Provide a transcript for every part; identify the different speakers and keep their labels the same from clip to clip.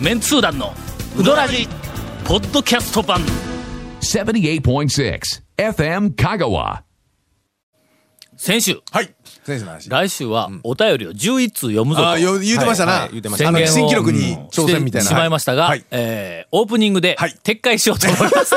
Speaker 1: メンツー団のウドラジポッドキャスト版
Speaker 2: 78.6 FM Kagawa.
Speaker 1: 先週
Speaker 3: はい。選手の話。
Speaker 1: 来週はお便りを11通読むぞと、
Speaker 3: ああ、よ言うてました
Speaker 4: はい
Speaker 3: な。
Speaker 4: はい言うてま
Speaker 1: した
Speaker 3: あの
Speaker 1: 宣言を
Speaker 3: 新記録に挑戦みたい
Speaker 1: し
Speaker 3: な。
Speaker 1: てしまいましたが、
Speaker 3: はい。
Speaker 1: えーオープニングで
Speaker 3: はい
Speaker 1: 撤回しようと思い ます、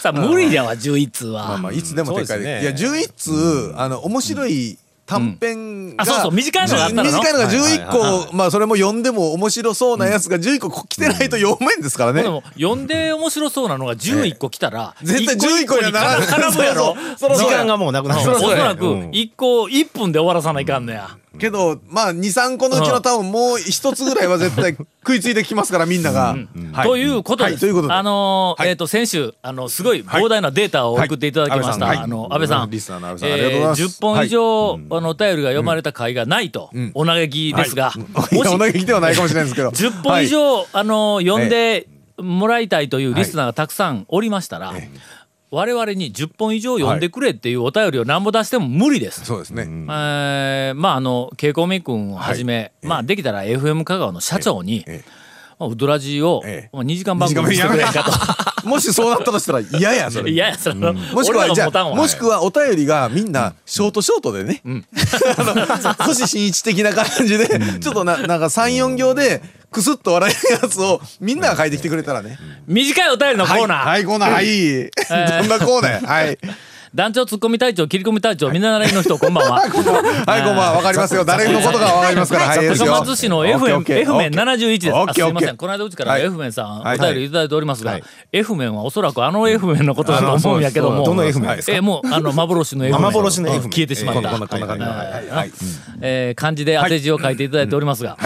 Speaker 1: さあ無理だわ11通は、
Speaker 3: まあまあ、いつでも展開できる。い
Speaker 4: そ
Speaker 3: や、
Speaker 4: うで
Speaker 3: 11通、あの、面白い短編が。
Speaker 1: あそうそう短いのがあったの
Speaker 3: 短いのが11
Speaker 4: はいはい
Speaker 3: 個、まあ、それも読んでも面白そうなやつが11個来てないと読めんですからね
Speaker 1: で。も読んで面白そうなのが11個来たら、
Speaker 3: 絶対11個にはならない。
Speaker 1: 絡むやろ
Speaker 3: そうそう
Speaker 4: 時
Speaker 3: そう
Speaker 4: 間がもうなくなって
Speaker 1: お
Speaker 4: ます
Speaker 1: そらく
Speaker 4: うん
Speaker 1: 1個1分で終わらさないかんのや、
Speaker 3: けど、まあ、2、3個のうちの多分もう一つぐらいは絶対食いついてきますから、みんなが。は
Speaker 1: ということです。
Speaker 3: はいということで
Speaker 1: あのー
Speaker 3: はい
Speaker 1: えっ、と、先週、あの、すごい膨大なデータを送っていただきました。
Speaker 3: はいはい
Speaker 1: あの、安倍さん。
Speaker 3: リスナーの安倍さん
Speaker 1: えー
Speaker 3: ありがとうございます
Speaker 1: 10本以上、あの、お便りが読まれた回がないと、お嘆きですが、
Speaker 3: い
Speaker 1: も
Speaker 3: や、お
Speaker 1: し
Speaker 3: 嘆きではないかもしれないで すけど。
Speaker 1: 10本以上、あのー読んでもらいたいというリスナーがたくさんおりましたら、我々に10本以上読んでくれっていうお便りを何ぼ出しても無理です。
Speaker 3: そうですね。
Speaker 1: えーまああのケイコミ君をはじめ、まあできたら FM 香川の社長に、
Speaker 3: ええ
Speaker 1: まあウドラジを、
Speaker 3: ええ
Speaker 1: まあ、2時間番組にしてくれんかと。
Speaker 3: もしそうなったとしたら嫌や、それ
Speaker 1: い。やいや、その、
Speaker 3: もしく
Speaker 1: 俺ら
Speaker 3: は、じ
Speaker 1: が
Speaker 3: ゃ
Speaker 1: 持たん
Speaker 3: あ、
Speaker 1: わ
Speaker 3: もしくはお便りがみんな、ショートショートでね。あの、星新一的な感じで、ちょっとな、なんか3、4行で、くすっと笑えるやつを、みんなが書いてきてくれたらね。
Speaker 1: 短いお便りのコーナー、
Speaker 3: はい、コーナー、はい。どんなコーナーやはい。
Speaker 1: 団長ツッコミ隊長、切り込み隊長、みんなならいの人、こんばんは。
Speaker 3: はい、 こんばんは。わかりますよ。誰のことかわかりますから。はい、いいです
Speaker 1: 高
Speaker 3: よ。
Speaker 1: 松市の
Speaker 3: オッケー
Speaker 1: FM
Speaker 3: オッケー
Speaker 1: F 面71です。
Speaker 3: オ
Speaker 1: あ
Speaker 3: ッ
Speaker 1: す
Speaker 3: ケー
Speaker 1: い
Speaker 3: オッ
Speaker 1: ま
Speaker 3: ケ
Speaker 1: せ
Speaker 3: ー
Speaker 1: ん。この間うちか
Speaker 3: は
Speaker 1: ら
Speaker 3: い
Speaker 1: F 面さん、
Speaker 3: はい
Speaker 1: お便りいただいておりますが、F 面はおそらくあの F 面のことだと
Speaker 4: あ
Speaker 1: 思うんやけども。
Speaker 4: そうそうどの F 面ですか
Speaker 1: えー、もう、あの、幻の F 面。
Speaker 4: 幻の F 面
Speaker 1: うん消えてしまっ
Speaker 4: え
Speaker 1: た。
Speaker 4: ーこんなこんなこんな感じの
Speaker 1: はいはいえー漢字で当て字を書いていただいておりますが、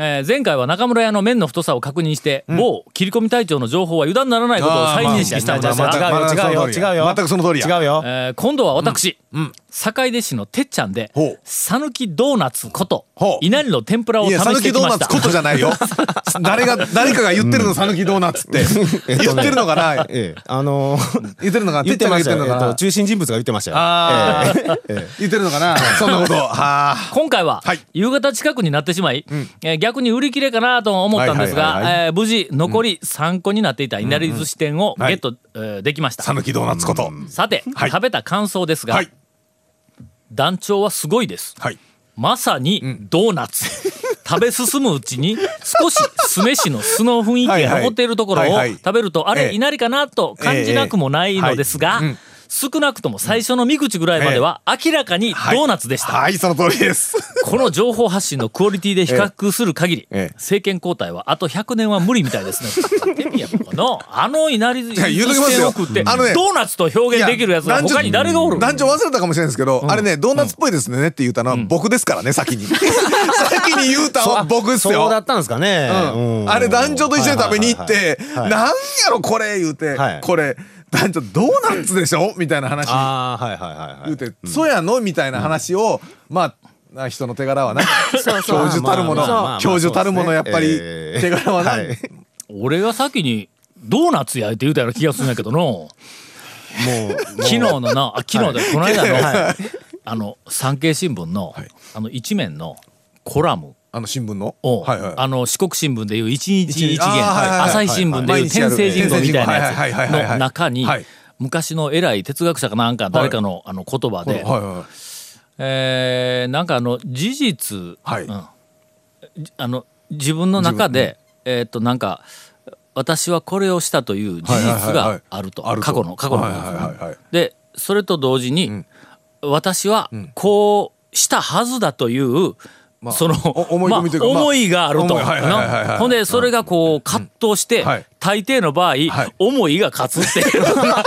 Speaker 1: えー前回は中村屋の麺の太さを確認して、某切り込み隊長の情報は油断ならないことを再認識したのですが、
Speaker 3: まあまあまあ
Speaker 4: 違うよ違うよ違うよ
Speaker 3: 全くその通りや
Speaker 4: 違うよ
Speaker 1: えー今度は私、坂出市のてっちゃんで
Speaker 3: ほう
Speaker 1: 讃岐ドーナツこと
Speaker 3: ほう
Speaker 1: 稲荷の天ぷらを
Speaker 3: い
Speaker 1: 試
Speaker 3: や、讃
Speaker 1: してき
Speaker 3: 岐ドー
Speaker 1: ま
Speaker 3: ナ
Speaker 1: した
Speaker 3: ツことじゃないよ。誰が、誰かが言ってるの、讃岐ドーナツって。言ってるのかな
Speaker 4: ええあのー
Speaker 3: 言ってるのかな
Speaker 4: 言ってました
Speaker 3: てっ
Speaker 4: よ
Speaker 3: ちゃんが言ってるの
Speaker 4: え
Speaker 3: か
Speaker 4: っ
Speaker 3: な
Speaker 4: と中心人物が言ってましたよ
Speaker 3: あ ー
Speaker 4: ええええ
Speaker 3: 言ってるのかなそんなこと。はあ。
Speaker 1: 今回は
Speaker 3: はい
Speaker 1: 夕方近くになってしまい、えー逆に売り切れかなと思ったんです
Speaker 3: はいはいはい
Speaker 1: がえー無事残り3個になっていた稲荷寿司店をゲ
Speaker 3: はい
Speaker 1: ット、えーできました
Speaker 3: 讃岐ドーナツこと。
Speaker 1: さて、
Speaker 3: はい
Speaker 1: 食べた感想ですが、
Speaker 3: はい。
Speaker 1: 団長はすごいです
Speaker 3: はい。
Speaker 1: まさにドーナ ツ、食べ進むうちに少し酢飯の酢の雰囲気
Speaker 3: はい
Speaker 1: が
Speaker 3: はい
Speaker 1: 残っているところを
Speaker 3: はいはい
Speaker 1: 食べるとあ
Speaker 3: え
Speaker 1: れ
Speaker 3: え
Speaker 1: 稲荷かなと感じなくもないのですが
Speaker 3: ええはいうん
Speaker 1: 少なくとも最初の三口ぐらいまでは明らかにドーナツでした
Speaker 3: はい、その通りです。
Speaker 1: この情報発信のクオリティで比較する限り
Speaker 3: ええ
Speaker 1: 政権交代はあと100年は無理みたいです ねてみやこのあの稲荷寿
Speaker 3: や言うときます
Speaker 1: 司
Speaker 3: よ
Speaker 1: を食ってド
Speaker 3: あのね
Speaker 1: ーナツと表現できるやつは他に誰がおる
Speaker 3: 団長忘れたかもしれないですけど、あれね、ドーナツっぽいですねって言ったのは僕ですからね、先に。先に言うたのは僕です
Speaker 4: そうだ
Speaker 3: よ。
Speaker 4: ったんですかね
Speaker 3: う
Speaker 4: うんん
Speaker 3: あれ団長と一緒に食べに行って
Speaker 4: はい、はいはいはい
Speaker 3: なんやろこれ言うて
Speaker 4: はい、
Speaker 3: これ、団長ドーナツでしょみたいな話
Speaker 4: ああはいはいはいは
Speaker 3: 言う
Speaker 4: い
Speaker 3: て、そやのみたいな話を、まあ、な人の手柄 はな、
Speaker 5: そうそ
Speaker 3: 教
Speaker 5: う
Speaker 3: 授たるも
Speaker 4: まあまあまあま
Speaker 3: の、
Speaker 4: あ
Speaker 3: 教授たるもの、やっぱり、
Speaker 4: えー
Speaker 3: 手柄はな、
Speaker 4: はい
Speaker 1: 俺が先にドーナツやいて言うたような気がするんやけどの
Speaker 4: もう
Speaker 1: 昨日のなあ昨日でこの間の、
Speaker 4: はい
Speaker 1: あの産経新聞の、あの一面のコラム
Speaker 3: あの新聞の。
Speaker 1: を、
Speaker 3: はいはい
Speaker 1: あの四国新聞でいう一日一元
Speaker 3: あーはいはいはい
Speaker 1: 朝日新聞でいう
Speaker 3: 毎日や
Speaker 1: 天
Speaker 3: る
Speaker 1: 聖人口みたいなやつの中に
Speaker 3: はいはいはいはいはいはいはい
Speaker 1: 昔の偉い哲学者かなんか誰かの,、あの言葉で、
Speaker 3: はいはい
Speaker 1: えーなんかあの事実、
Speaker 3: はい
Speaker 1: うんじあの自分の中で、えーっとなんか私はこれをしたという事実があると
Speaker 3: はいはいはいはい
Speaker 1: 過去の過去の
Speaker 3: はいはいはいはい
Speaker 1: でそれと同時に、私はこうしたはずだという、その
Speaker 3: お思い込みというか
Speaker 1: まあ
Speaker 3: まあ
Speaker 1: 思いがあると、
Speaker 3: 思いはいはいはいはい
Speaker 1: なほんでそれがこう葛藤して、
Speaker 3: はい
Speaker 1: 大抵の場合、思いが勝つっていう なわかるか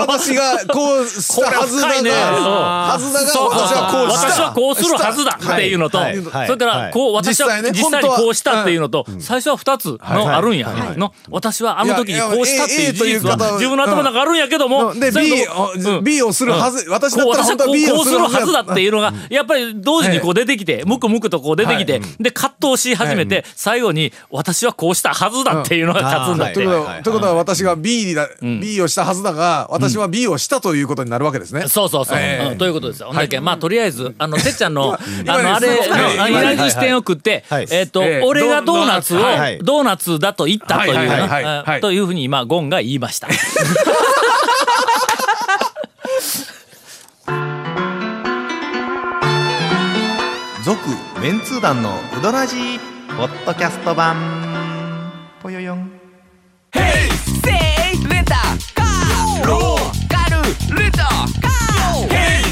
Speaker 3: 私がこうしたはずだ
Speaker 1: これ深い
Speaker 3: が、
Speaker 1: ね
Speaker 3: はずだが
Speaker 1: そうそう
Speaker 3: 私はこ
Speaker 1: 私はこう
Speaker 3: うした。
Speaker 1: するはずだ
Speaker 3: した
Speaker 1: っていうのと、
Speaker 4: はいはい
Speaker 1: それからこう、
Speaker 3: はい
Speaker 1: 私は実際,、
Speaker 3: 実際ね
Speaker 1: に
Speaker 3: 本当は
Speaker 1: こうしたっていうのと、最初は2つのあるんや、の私はあの時にこうしたっていう事実
Speaker 3: いやいや
Speaker 1: は
Speaker 3: A という方
Speaker 1: 自分の頭の中あるんやけども、
Speaker 3: で
Speaker 1: それ
Speaker 3: B
Speaker 1: ともう
Speaker 3: を
Speaker 1: ん
Speaker 3: B をするはず、私だ
Speaker 1: こう
Speaker 3: ったら
Speaker 1: 私は
Speaker 3: 本当
Speaker 1: こ
Speaker 3: は
Speaker 1: う
Speaker 3: B
Speaker 1: こ
Speaker 3: を
Speaker 1: う
Speaker 3: す
Speaker 1: す
Speaker 3: る
Speaker 1: る
Speaker 3: はず
Speaker 1: はずだっていうのがやっぱり同時にこう出てきてむくむくとこう出てきてで葛藤し始めて最後に私はこうしたはずずだっていうのが勝つんだって
Speaker 3: ということは
Speaker 4: はい
Speaker 3: ということは私が B だ、B をしたはずだが私は B をしたということになるわけですね、
Speaker 1: そうそうそう、
Speaker 3: ええ
Speaker 1: うんということですよ。ほんだけ、まあとりあえずあのてっちゃんのあ
Speaker 3: 今ね
Speaker 1: のあれ
Speaker 3: すごいね
Speaker 1: の
Speaker 3: 今ね
Speaker 1: 依頼視点を食って、
Speaker 4: はい
Speaker 1: えっ、と、
Speaker 3: ええ
Speaker 1: 俺がドーナツを
Speaker 3: ド
Speaker 1: ド
Speaker 3: ー
Speaker 4: ナツは
Speaker 1: ーナツ
Speaker 4: い
Speaker 1: だと言ったというな、
Speaker 3: はいはいはいはいはい
Speaker 1: あというふうに今ゴンが言いま した。
Speaker 3: 続
Speaker 5: メンツー団のウドラジーポッドキャスト版ぽよよん
Speaker 6: せいレンタカーローカルレンタカーヘイ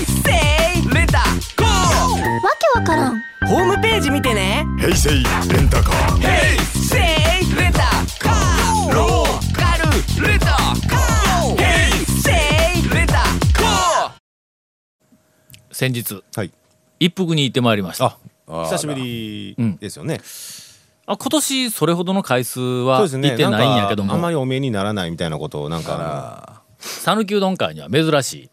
Speaker 6: セイレンタカー
Speaker 7: わけわからん
Speaker 6: ホームページ見てねヘイセイレンタカーヘイセイレンタカーローカルレンタカーヘイセイレンタカー
Speaker 1: 先日
Speaker 4: はい
Speaker 1: 一服に行ってまいりました。あ
Speaker 4: 久しぶりですよね、
Speaker 1: 今年それほどの回数は
Speaker 4: そ
Speaker 1: 行
Speaker 4: うですね
Speaker 1: ってないんやけど
Speaker 4: なかあん
Speaker 1: も
Speaker 4: まりお目にならないみたいなことをなんか
Speaker 1: 讃岐うどん会には珍しい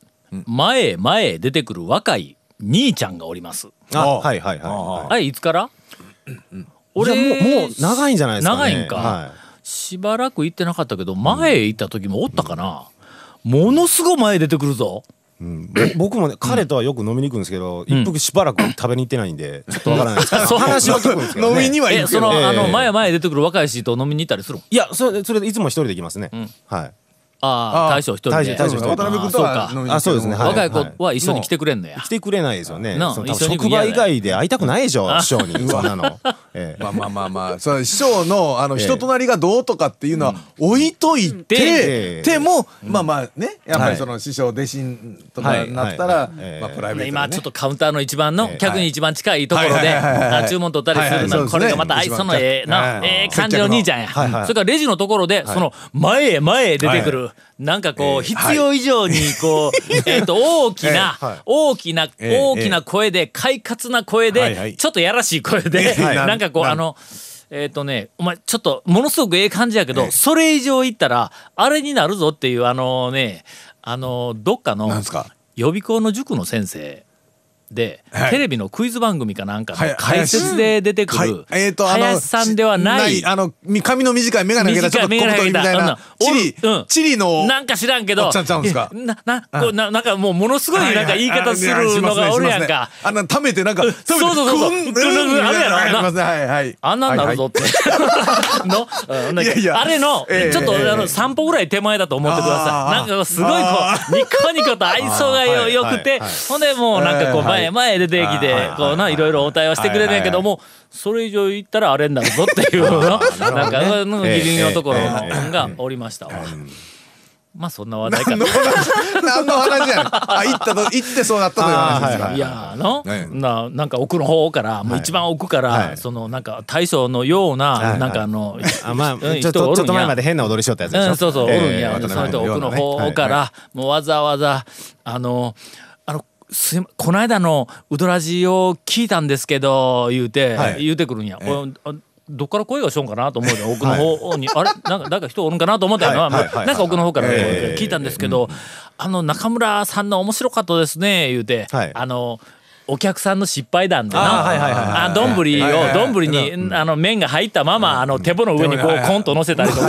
Speaker 1: 前へ前へ出てくる若い兄ちゃんがおります。
Speaker 4: あはいはいはいはい
Speaker 1: あれいつから
Speaker 4: いやもうもう長いんじゃないですかね
Speaker 1: 長いんか、
Speaker 4: は
Speaker 1: しばらく行ってなかったけど前行った時もおったかな、ものすごい前出てくるぞ
Speaker 4: ぼ僕もね彼とはよく飲みに行くんですけど、一服しばらく食べに行ってないんでちょっとわからないですけ
Speaker 1: そ
Speaker 4: ど
Speaker 1: う
Speaker 4: 話は聞くんですけ ど、
Speaker 3: 飲
Speaker 4: ね、
Speaker 3: みには行
Speaker 1: え
Speaker 3: くけ
Speaker 1: その、
Speaker 3: ど
Speaker 4: ええ
Speaker 1: あの前前出てくる若い人と飲みに行ったりするん
Speaker 4: いやそれそれでいつも一人で行きますね、はい
Speaker 1: ああ
Speaker 3: ああ
Speaker 1: 大将一人で
Speaker 4: 大将一人で
Speaker 1: ああ
Speaker 4: 渡辺
Speaker 3: 君とは
Speaker 1: そうか
Speaker 3: 飲みに
Speaker 4: あそうですね、はい
Speaker 1: 若い
Speaker 4: は
Speaker 1: 子は一緒に来てくれんのや、
Speaker 4: 来てくれないですよね
Speaker 1: なあ
Speaker 4: その多
Speaker 1: 一緒に行
Speaker 4: 分
Speaker 1: く
Speaker 4: 職場以外で会いたくないでしょ師匠にそん なの、ええ
Speaker 3: まあまあまあまあ、その師匠のあの人となりがどうとかっていうのは置いといて、
Speaker 4: で
Speaker 3: でも、まあまあね、やっぱ
Speaker 4: は
Speaker 3: り
Speaker 4: い
Speaker 3: その師匠弟子と
Speaker 4: は
Speaker 3: か
Speaker 4: い
Speaker 3: になったら
Speaker 4: はいはいはい、
Speaker 3: まあプライベートでね。
Speaker 1: 今ちょっとカウンターの一番の
Speaker 4: ええ
Speaker 1: 客に一番近いところ
Speaker 3: はい
Speaker 1: で
Speaker 3: はいはいはいはい
Speaker 1: あ注文取ったりする
Speaker 3: はいはい
Speaker 1: の
Speaker 3: はい
Speaker 1: これがまた
Speaker 3: そう
Speaker 1: 愛
Speaker 3: ですね
Speaker 1: 想のええ
Speaker 3: はい
Speaker 1: な
Speaker 3: は
Speaker 1: え
Speaker 3: い
Speaker 1: え感じの兄ちゃんや
Speaker 4: はいはい
Speaker 1: それからレジのところでその前へ前へ出てくるなんかこう必要以上にこう えっと大 きな
Speaker 4: ええはい
Speaker 1: 大きな
Speaker 3: ええ
Speaker 1: 大きな声で快活な声
Speaker 3: はいは
Speaker 1: で
Speaker 3: い
Speaker 1: ちょっとやらしい声で
Speaker 3: ええはい
Speaker 1: なんかこう
Speaker 3: なん
Speaker 1: あのえっとねお前ちょっとものすごくええ感じやけどそれ以上いったらあれになるぞっていうあのねあのどっかの
Speaker 3: なんすか
Speaker 1: 予備校の塾の先生で、
Speaker 3: はい
Speaker 1: テレビのクイズ番組かなんか
Speaker 3: は
Speaker 1: の
Speaker 3: い
Speaker 1: 解説で出てくる、
Speaker 3: はいえーとあの
Speaker 1: 林さんではない
Speaker 3: しあのみ髪の短い眼鏡かけたちょっと
Speaker 1: 短い
Speaker 3: 小
Speaker 1: 眼
Speaker 3: 太りみ
Speaker 1: 鏡かけ
Speaker 3: た
Speaker 1: た
Speaker 3: いなチリ
Speaker 1: うんうん
Speaker 3: チリの
Speaker 1: なんか知らんけど
Speaker 3: おっちゃんちゃうんすか
Speaker 1: いやななこうななんかもうものすごいなんか言い方す
Speaker 3: はいはい
Speaker 1: るのがおるやんか。
Speaker 3: あのためてなんか食べて
Speaker 1: そうそうそうそう
Speaker 3: くんうん
Speaker 1: あるやろ
Speaker 3: はい
Speaker 1: な
Speaker 3: ありますねはいはい
Speaker 1: あんなんなるぞって。 の、うんなんか
Speaker 3: いやいや
Speaker 1: あれの、
Speaker 3: ええ
Speaker 1: ちょっと、
Speaker 3: ええ
Speaker 1: あの、散歩ぐらい手前だと思ってくだ
Speaker 3: あ
Speaker 1: さい。な
Speaker 3: ー
Speaker 1: んかすごいこう、ニコニコと愛想がよ
Speaker 4: はい
Speaker 1: よくて
Speaker 4: はいはい、
Speaker 1: ほんでもうなんかこう、
Speaker 3: ええは
Speaker 1: 前へ前へ出てきて
Speaker 4: はい、
Speaker 1: こうな、いろいろお対応してくれるんやけども、それ以上言ったらあれになるぞっていうの、なんか、うん
Speaker 4: ええ
Speaker 1: ギリギリのところ
Speaker 4: ええええ
Speaker 1: がおりましたわ。まあそんな話題か
Speaker 3: 何の
Speaker 1: と。
Speaker 3: 話何の話やねんあ行ったと行ってそうなったという話ですか
Speaker 4: はい
Speaker 1: いやーの、
Speaker 3: ええ
Speaker 1: ななんか奥の方から、もう一番奥から、
Speaker 4: はい
Speaker 1: そのなんか大将のような、
Speaker 4: いはい
Speaker 1: なんかあの、
Speaker 4: あまあ、
Speaker 1: ん
Speaker 4: ちょっと
Speaker 1: 人おるんや
Speaker 4: ちょっと前まで変な踊りしよったやつでしょ、
Speaker 1: うん、そうそう、お
Speaker 4: ええ
Speaker 1: るんや、
Speaker 4: 渡辺
Speaker 1: その人
Speaker 4: 君
Speaker 1: 奥の方
Speaker 4: はい
Speaker 1: から、もうわざわざあのあのすいまこの間のウドラジを聞いたんですけど言うて、
Speaker 4: はい
Speaker 1: 言うてくるんや、おいあどっから声がしょんかなと思うで奥の方に、あれ なんかなんか人おるんかなと思ったよな、
Speaker 4: はいはいはい
Speaker 1: まあなんか奥の方から声が
Speaker 4: ええ
Speaker 1: 聞いたんですけど、あの中村さんの面白かったですね言うて、
Speaker 4: はい
Speaker 1: あのお客さんの失敗談で
Speaker 4: あーはいはいはいはい
Speaker 1: なあ丼を
Speaker 3: はいはいはい
Speaker 1: 丼にあの麺が入ったままあの手羽の上にこ
Speaker 3: はいう
Speaker 1: コンと乗せたりとか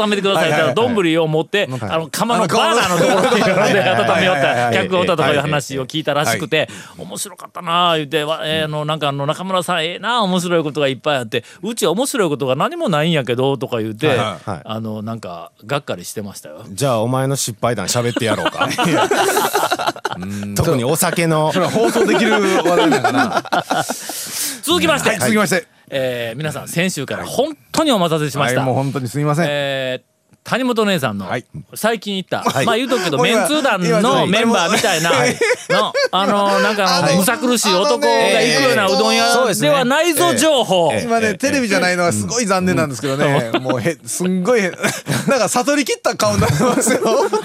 Speaker 1: 温めてくださいって言ったら丼を持ってあの釜のバーナーのところに並んで温めよった客がおったとかいう話を聞いたらしくて面白かったなあ言ってわえーあのなんかあの中村さんええなあ面白いことがいっぱいあってうちは面白いことが何もないんやけどとか言うて
Speaker 4: はいはい
Speaker 1: あのなんかがっかりしてましたよ。
Speaker 4: じゃあお前の失敗談喋ってやろう か特にお酒の
Speaker 3: 放送できる話題なんかな
Speaker 1: 続きまして、
Speaker 3: 続きまして
Speaker 1: えー皆さん先週から本当にお待たせしました。
Speaker 3: はいもう本当にすみません
Speaker 1: えー谷本姉さんの
Speaker 3: はい
Speaker 1: 最近行った、
Speaker 4: い
Speaker 1: まあ言うとくけど
Speaker 3: もう
Speaker 1: メ
Speaker 3: 今
Speaker 1: ンツー団
Speaker 3: 今ちょっ
Speaker 1: の
Speaker 3: と
Speaker 1: メンバーみたいなのあのなんか
Speaker 3: あの
Speaker 1: むさ苦しい男が行くような
Speaker 3: あ
Speaker 1: う
Speaker 3: のね
Speaker 1: どん
Speaker 3: えー
Speaker 4: そう
Speaker 1: 屋
Speaker 4: ですね
Speaker 1: ではないぞ情報
Speaker 3: 今ねテレビじゃないのはすごい残念なんですけどね もうへすんごいへ なんか悟り切った顔になりますよ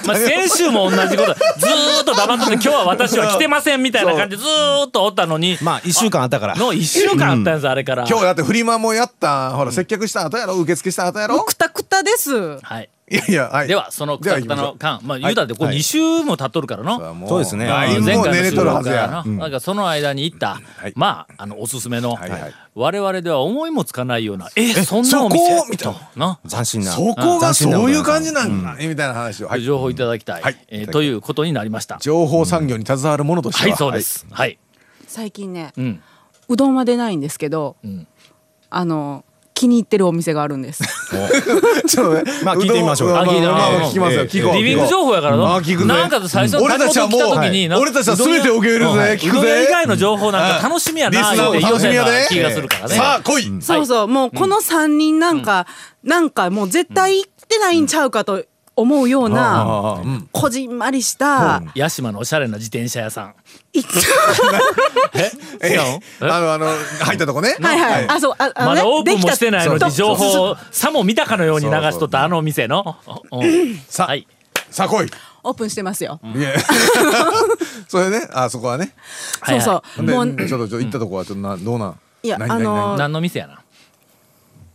Speaker 1: まあ先週も同じことずーっと黙ってて今日は私は来てませんみたいな感じでずーっとおったのに
Speaker 4: まあ1週間あったから
Speaker 1: の1週間あったんですあれから。
Speaker 3: 今日だってフリマもやったほら接客した後やろ受付した後やろ
Speaker 8: くたくたです
Speaker 1: はい
Speaker 3: いやいや、はい。
Speaker 1: ではそのくたくたの間まあ言うたってこう
Speaker 3: はい
Speaker 1: 2週も経っとるからの、
Speaker 3: はも
Speaker 4: そうですね
Speaker 1: あ
Speaker 3: だいぶ
Speaker 1: 前
Speaker 3: もう
Speaker 1: 回
Speaker 3: 寝
Speaker 1: の
Speaker 3: れ
Speaker 1: 収
Speaker 3: とるは
Speaker 1: 録
Speaker 3: ず
Speaker 1: からな
Speaker 3: や。
Speaker 1: なんかその間に行った、
Speaker 3: はい
Speaker 1: まああのおすすめの、
Speaker 3: はいはい
Speaker 1: 我々では思いもつかないようなえそん
Speaker 3: そ
Speaker 1: なお
Speaker 3: こ
Speaker 1: 店
Speaker 3: みたいな
Speaker 1: とな
Speaker 4: 斬新な。
Speaker 3: そこがそういう感じなんだねみたいな話を。はい
Speaker 1: 情報いただきたい、
Speaker 3: はい
Speaker 1: えーということになりました。
Speaker 3: 情報産業に携わるものとして
Speaker 1: は
Speaker 3: は。
Speaker 1: いそうで。す。はい。
Speaker 7: 最近ね、
Speaker 1: う
Speaker 7: うんどんは出ないんですけど、
Speaker 1: ん
Speaker 7: あの気に入ってるお店があるんです。
Speaker 3: ちょっとね、
Speaker 4: まあ聞いてみましょう
Speaker 3: どん
Speaker 1: あ聞いてみましょう
Speaker 3: まあまあ聞きますよ。
Speaker 4: ええ
Speaker 3: 聞こう。
Speaker 1: リビン
Speaker 3: 聞
Speaker 1: グ
Speaker 3: こう
Speaker 1: 情報やから
Speaker 3: あ
Speaker 1: の。
Speaker 3: あ聞くぜ
Speaker 1: なんかと最初
Speaker 3: 俺たちはもう
Speaker 1: 谷本来た時にな、
Speaker 3: 俺たちは全てを受け入れるぜ
Speaker 1: うどん屋
Speaker 3: 聞くぜ
Speaker 1: うどん屋以外の情報なんか楽しみや
Speaker 3: リ
Speaker 1: な
Speaker 3: スナー
Speaker 1: っ
Speaker 3: も
Speaker 1: て言
Speaker 3: 楽
Speaker 1: う
Speaker 3: しみ
Speaker 1: よ
Speaker 3: や
Speaker 1: うな
Speaker 3: で。
Speaker 1: 気がするからね。
Speaker 3: さあ来い。
Speaker 7: そうそう、もうこの三人なんか、なんかもう絶対行ってないんちゃうかと思うよう
Speaker 3: あ
Speaker 7: な、
Speaker 3: あうん
Speaker 7: こじんまりした、
Speaker 1: 屋島のおしゃれな自転車屋さん。
Speaker 7: いつ
Speaker 1: 違うの
Speaker 3: あのあの入ったとこね。
Speaker 7: はいはい、あ、そう、あ、あの
Speaker 1: ま
Speaker 7: ね
Speaker 1: だオープンもしてないの
Speaker 7: で
Speaker 1: に
Speaker 7: きた
Speaker 1: 情報をさも見たかのように流しとったあのお店の。うん
Speaker 3: さあ
Speaker 1: はい。
Speaker 3: さあ来い。
Speaker 7: オープンしてますよ。
Speaker 3: いや それね、あそこはね。
Speaker 1: はいはい
Speaker 7: そうそう、
Speaker 3: で、ち
Speaker 7: も
Speaker 3: ょ
Speaker 7: う
Speaker 3: っとちょっと行ったとこはちょっとなどうなん。
Speaker 7: いや
Speaker 3: 何
Speaker 7: あの
Speaker 3: 何何
Speaker 1: 何の店やな。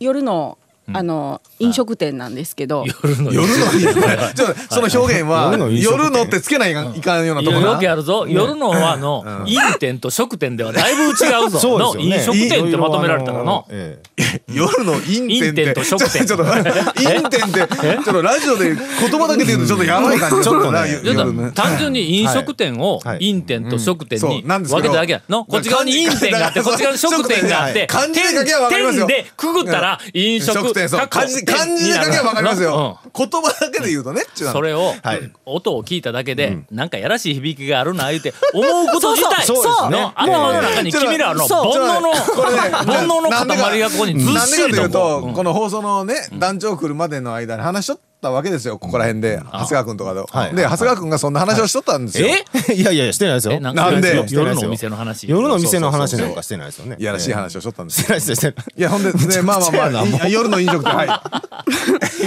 Speaker 7: 夜の、あの飲食店なんですけど。
Speaker 1: 夜の。
Speaker 3: 夜のいやこれちょっとその表現は
Speaker 4: 夜の飲食店
Speaker 3: 夜のってつけないかんいかんようなとこ
Speaker 1: よ
Speaker 3: な
Speaker 1: く。やるぞ。夜のはの、飲店と食店ではだいぶ違うぞ。
Speaker 4: そう
Speaker 1: の、
Speaker 4: ですよね。
Speaker 1: 飲食店ってまとめられたらの。
Speaker 4: ええ
Speaker 3: 夜の陰
Speaker 1: 陰
Speaker 3: 天
Speaker 1: 天
Speaker 3: って
Speaker 1: と食店
Speaker 3: ちょっとちょっと陰天ってちょっとラジオで言葉だけで言うとちょっとやばい感じ
Speaker 4: ちょっとね
Speaker 3: な
Speaker 1: ちょっ
Speaker 3: 夜
Speaker 1: と
Speaker 3: ね
Speaker 1: 単純に飲食店を
Speaker 4: はいはい
Speaker 1: 飲店と食店
Speaker 3: そ
Speaker 1: に
Speaker 3: うなん
Speaker 1: 分
Speaker 3: ですけど
Speaker 1: けただけやのこっち側に飲店があって
Speaker 3: だ
Speaker 1: こ
Speaker 3: から
Speaker 1: っち側に食店があって
Speaker 3: 漢字で書けばわかります
Speaker 1: 店
Speaker 3: よ
Speaker 1: でくぐったら飲食
Speaker 3: 食店そう
Speaker 1: かっ
Speaker 3: 漢
Speaker 1: こ
Speaker 3: 字漢字で書けばわかりますよ
Speaker 1: う
Speaker 3: 言葉だけで言うとねちゅうんなの
Speaker 1: それを
Speaker 4: はい
Speaker 1: 音を聞いただけでなんかやらしい響きがあるな言うて思うこと自体
Speaker 4: そうそうそう
Speaker 1: の頭の中に
Speaker 3: ちょっと
Speaker 1: 君らの
Speaker 3: ち
Speaker 1: 煩
Speaker 3: ょっと
Speaker 1: 悩 の
Speaker 3: これね
Speaker 1: 煩悩の塊がここにずっ
Speaker 3: なんで
Speaker 1: し
Speaker 3: か
Speaker 1: り
Speaker 3: という
Speaker 1: と
Speaker 3: と
Speaker 1: こう
Speaker 3: この放送のね団長来るまでの間に話しとったわけですよここら辺で長谷川君とか
Speaker 4: は
Speaker 3: と
Speaker 4: い
Speaker 3: で長谷川君がそんな話をしとったんですよ
Speaker 1: え
Speaker 4: いやいやいやしてないです
Speaker 1: え
Speaker 4: よ。
Speaker 1: なん
Speaker 3: かなんで
Speaker 4: してないすよ
Speaker 1: 夜のお店の話
Speaker 4: 夜のお店の話なんかしてないですよね。
Speaker 3: いやらしい話
Speaker 4: を。
Speaker 3: をしとったんです
Speaker 4: してないですしてない
Speaker 3: いやほんで、ね、まあまあまあいや夜の飲食店はい